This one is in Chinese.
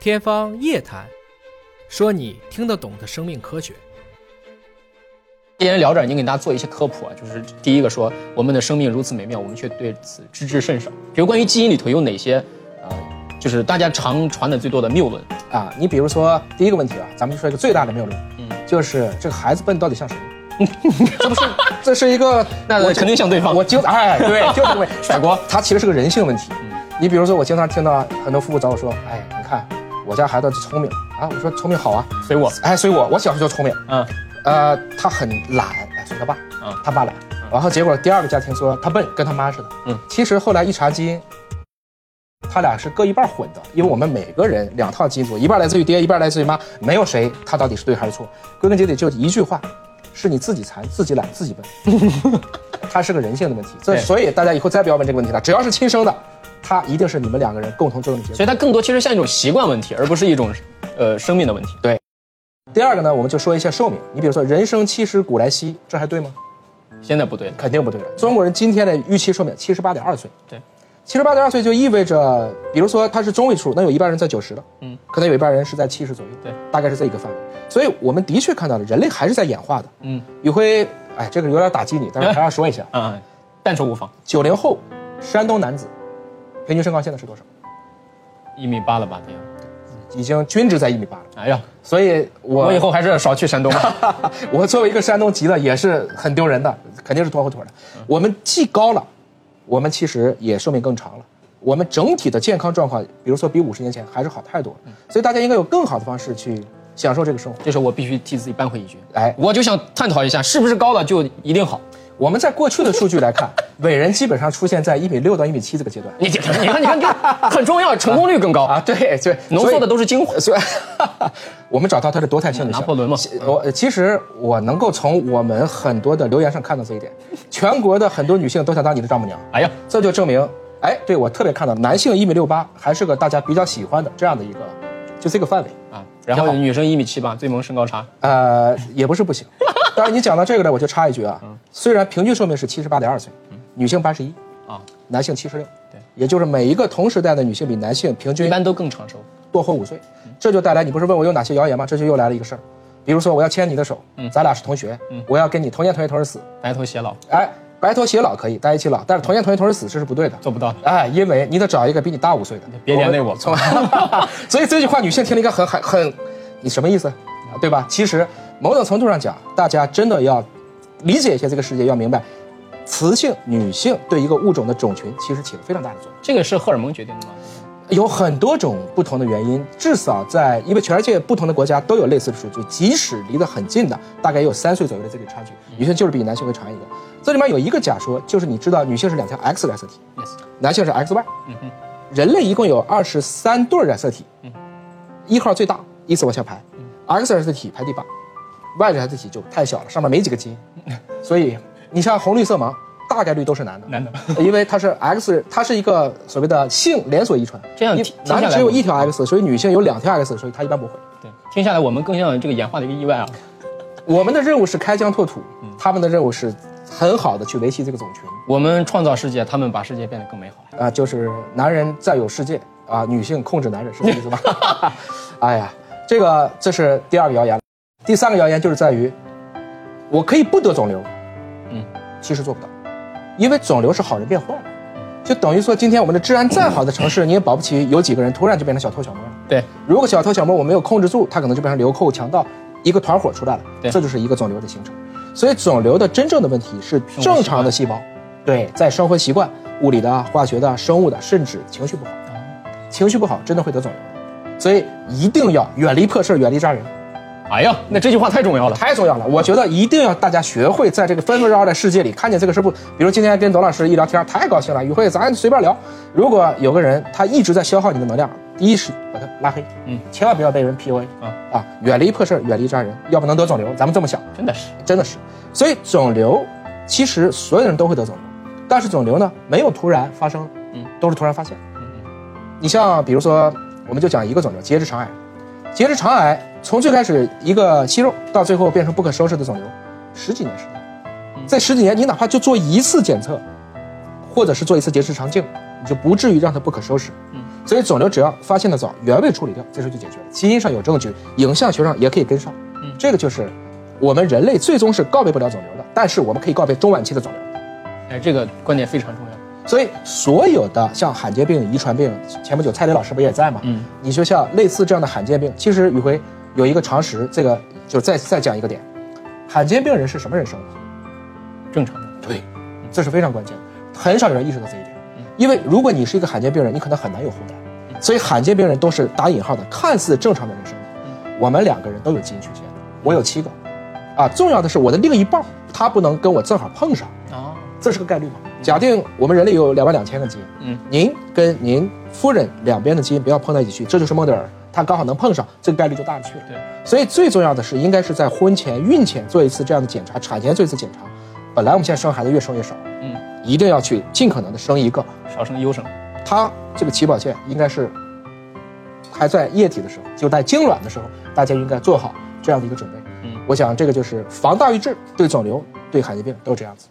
天方夜谭，说你听得懂的生命科学。今天聊这儿已经给大家做一些科普啊，就是第一个说我们的生命如此美妙，我们却对此知之甚少。比如关于基因里头有哪些，呃，就是大家常传的最多的谬论。啊，你比如说第一个问题啊，咱们说一个最大的谬论，嗯就是这个孩子笨到底 像谁？这不是，这是一个那我肯定像对方我 经哎对，就是这个甩锅它其实是个人性问题。嗯你比如说，我经常听到很多夫妇找我说，哎，你看我家孩子就聪明啊，我说聪明好啊，随我，哎，所以我我小时候就聪明，嗯，呃，他很懒，哎，随他爸，嗯他爸懒，然后结果第二个家庭说他笨，跟他妈似的，嗯，其实后来一查基因，他俩是各一半混的，因为我们每个人两套基因组，一半来自于爹，一半来自于妈，没有谁他到底是对还是错，归根结底就一句话，是你自己馋，自己懒，自己笨， 它是个人性的问题，这对所以大家以后再不要问这个问题了，只要是亲生的，他一定是你们两个人共同作用的结果所。以它更多其实像一种习惯问题，而不是一种呃生命的问题。第二个呢，我们就说一下寿命，你比如说人生七十古来稀，这还对吗？现在不对了，肯定不对了。中国人今天的预期寿命七十八点二岁，对，七十八点二岁就意味着，比如说他是中位数，那有一半人在九十了，嗯，可能有一半人是在七十左右，对，大概是这一个范围。所以我们的确看到了人类还是在演化的。嗯宇辉，哎，这个有点打击你，但是还要说 一下，啊、嗯，但说无妨，九零后山东男子平均身高现在是多少？一米八了吧？得有已经均值在一米八了。哎呀，所以我我以后还是少去山东啊吧。我作为一个山东籍的，也是很丢人的，肯定是拖后腿的。我们既高了，我们其实也寿命更长了。我们整体的健康状况，比如说比五十年前还是好太多了。所以大家应该有更好的方式去享受这个生活。这时候我必须替自己扳回一局。哎，我就想探讨一下，是不是高了就一定好？我们在过去的数据 来看，伟人基本上出现在一米六到一米七这个阶段你你看你看你看， 很重要，成功率更高啊。对对，浓缩的都。都是精华。所以， 我们找到他的多态性的拿破仑嘛我呃其实我能够从我们很多的留言上看到这一点，全国的很多女性都想当你的丈母娘。哎呀，这就证明，哎，对我特别看到男性一米六八还是个大家比较喜欢的这样的一个，就这个范围，啊，然后女生一米七八，最萌身高差，呃，也不是不行。 当然你讲到这个呢，我就插一句啊，嗯虽然平均寿命是七十八点二岁，女性八十一，啊，男性七十六，对，也就是每一个同时代的女性比男性平一均般都嗯更长寿。多活五岁，这就带来你不是问我有哪些谣言吗？这就又来了一个事儿，比如说我要牵你的手，嗯咱俩是同学，我要跟你同年同月同日死，白头偕老哎，白头偕老可以，在一起老，但是同年同月同日死这是不对的。做不到，哎，因为你得找一个比你大五岁的，别连累我从 所以这句话女性听了应该很很很，你什么意思，对吧？其实某种程度上讲，大家真的要理解一下这个世界，要明白，雌性、女性对一个物种的种群其实起了非常大的作用。这个是荷尔蒙决定的吗？有很多种不同的原因，至少在因为全世界不同的国家都有类似的数据，即使离得很近的，大概也有三岁左右的这个差距，女性就是比男性会长一点。这里面有一个假说，就是你知道女性是两条 X 染色体 Yes 男性是 XY，嗯哼，嗯人类一共有二十三对染色体，一号最大，依次往下排，X 染色体排第八，Y 染色体就太小了，上面没几个基因，嗯所以你像红绿色盲，大概率都是男的，男的，因为它是 X，它是一个所谓的性连锁遗传，这样因听听下男来的只有我一条 X，所以女性有两条 X，所以她一般不会。对，听下来我们更像这个演化的一个意外啊。我们的任务是开疆拓土，嗯他们的任务是很好的去维系这个种群我们创造世界，他们把世界变得更美好。啊、就是男人占有世界啊、女性控制男人，是这个意思吧？ 哎呀，这个这是第二个谣言了，第三个谣言就是在于，我可以不得肿瘤，嗯，其实做不到，因为肿瘤是好人变坏了，就等于说今天我们的治安再好的城市，你也保不齐有几个人突然就变成小偷小摸了。对，如果小偷小摸我没有控制住，他可能就变成流寇、强盗，一个团伙出来了。对这就是一个肿瘤的形成。所以肿瘤的真正的问题是活习惯正常的细胞，对，在生活习惯、物理的、化学的、生物的，甚至情绪不好，情绪不好真的会得肿瘤。所以一定要远离破事，远离渣人，哎呀，那这句话太重要了。太重要了。我觉得一定要大家学会在这个纷纷扰扰的世界里看见这个事不，比如今天跟董老师一聊天，太高兴了，宇慧咱随便聊。如果有个人他一直在消耗你的能量，第一是把他拉黑，嗯，千万不要被人 PUA 啊啊，远离破事，远离渣人，要不能得肿瘤。咱们这么想。真的是，真的是。所以肿瘤其实所有人都会得肿瘤，但是肿瘤呢没有突然发生，嗯，都是突然发现。嗯嗯你像比如说，我们就讲一个肿瘤，结直肠癌。结直肠癌从最开始一个息肉，到最后变成不可收拾的肿瘤，十几年时间。这十几年，你哪怕就做一次检测，或者是做一次结直肠镜，你就不至于让它不可收拾。嗯所以肿瘤只要发现的早，原位处理掉，这事就解决了。基因上有证据，影像学上也可以跟上。嗯这个就是我们人类最终是告别不了肿瘤的，但是我们可以告别中晚期的肿瘤。哎，这个观点非常重要。所以，所有的像罕见病、遗传病，前不久蔡磊老师不也在吗？嗯，你就像类似这样的罕见病，其实宇辉有一个常识，这个就再再讲一个点，罕见病人是什么人生的？正常的。对，这是非常关键的，很少有人意识到这一点。因为如果你是一个罕见病人，你可能很难有后代，所以罕见病人都是打引号的，看似正常的人生的。我们两个人都有基因缺陷，我有七个，啊，重要的是我的另一半儿他不能跟我正好碰上，哦，这是个概率嘛？假定我们人类有两万两千个基因，嗯，您跟您夫人两边的基因不要碰在一起去，这就是孟德尔，他刚好能碰上，这个概率就大了去了。对，所以最重要的是，应该是在婚前、孕前做一次这样的检查，产前做一次检查。本来我们现在生孩子越生越少，嗯，一定要去尽可能的生一个。少生优生。他这个起跑线应该是还在液体的时候，就在痉挛的时候，大家应该做好这样的一个准备。嗯我想这个就是防大于治，对肿瘤、对罕见病都是这样子。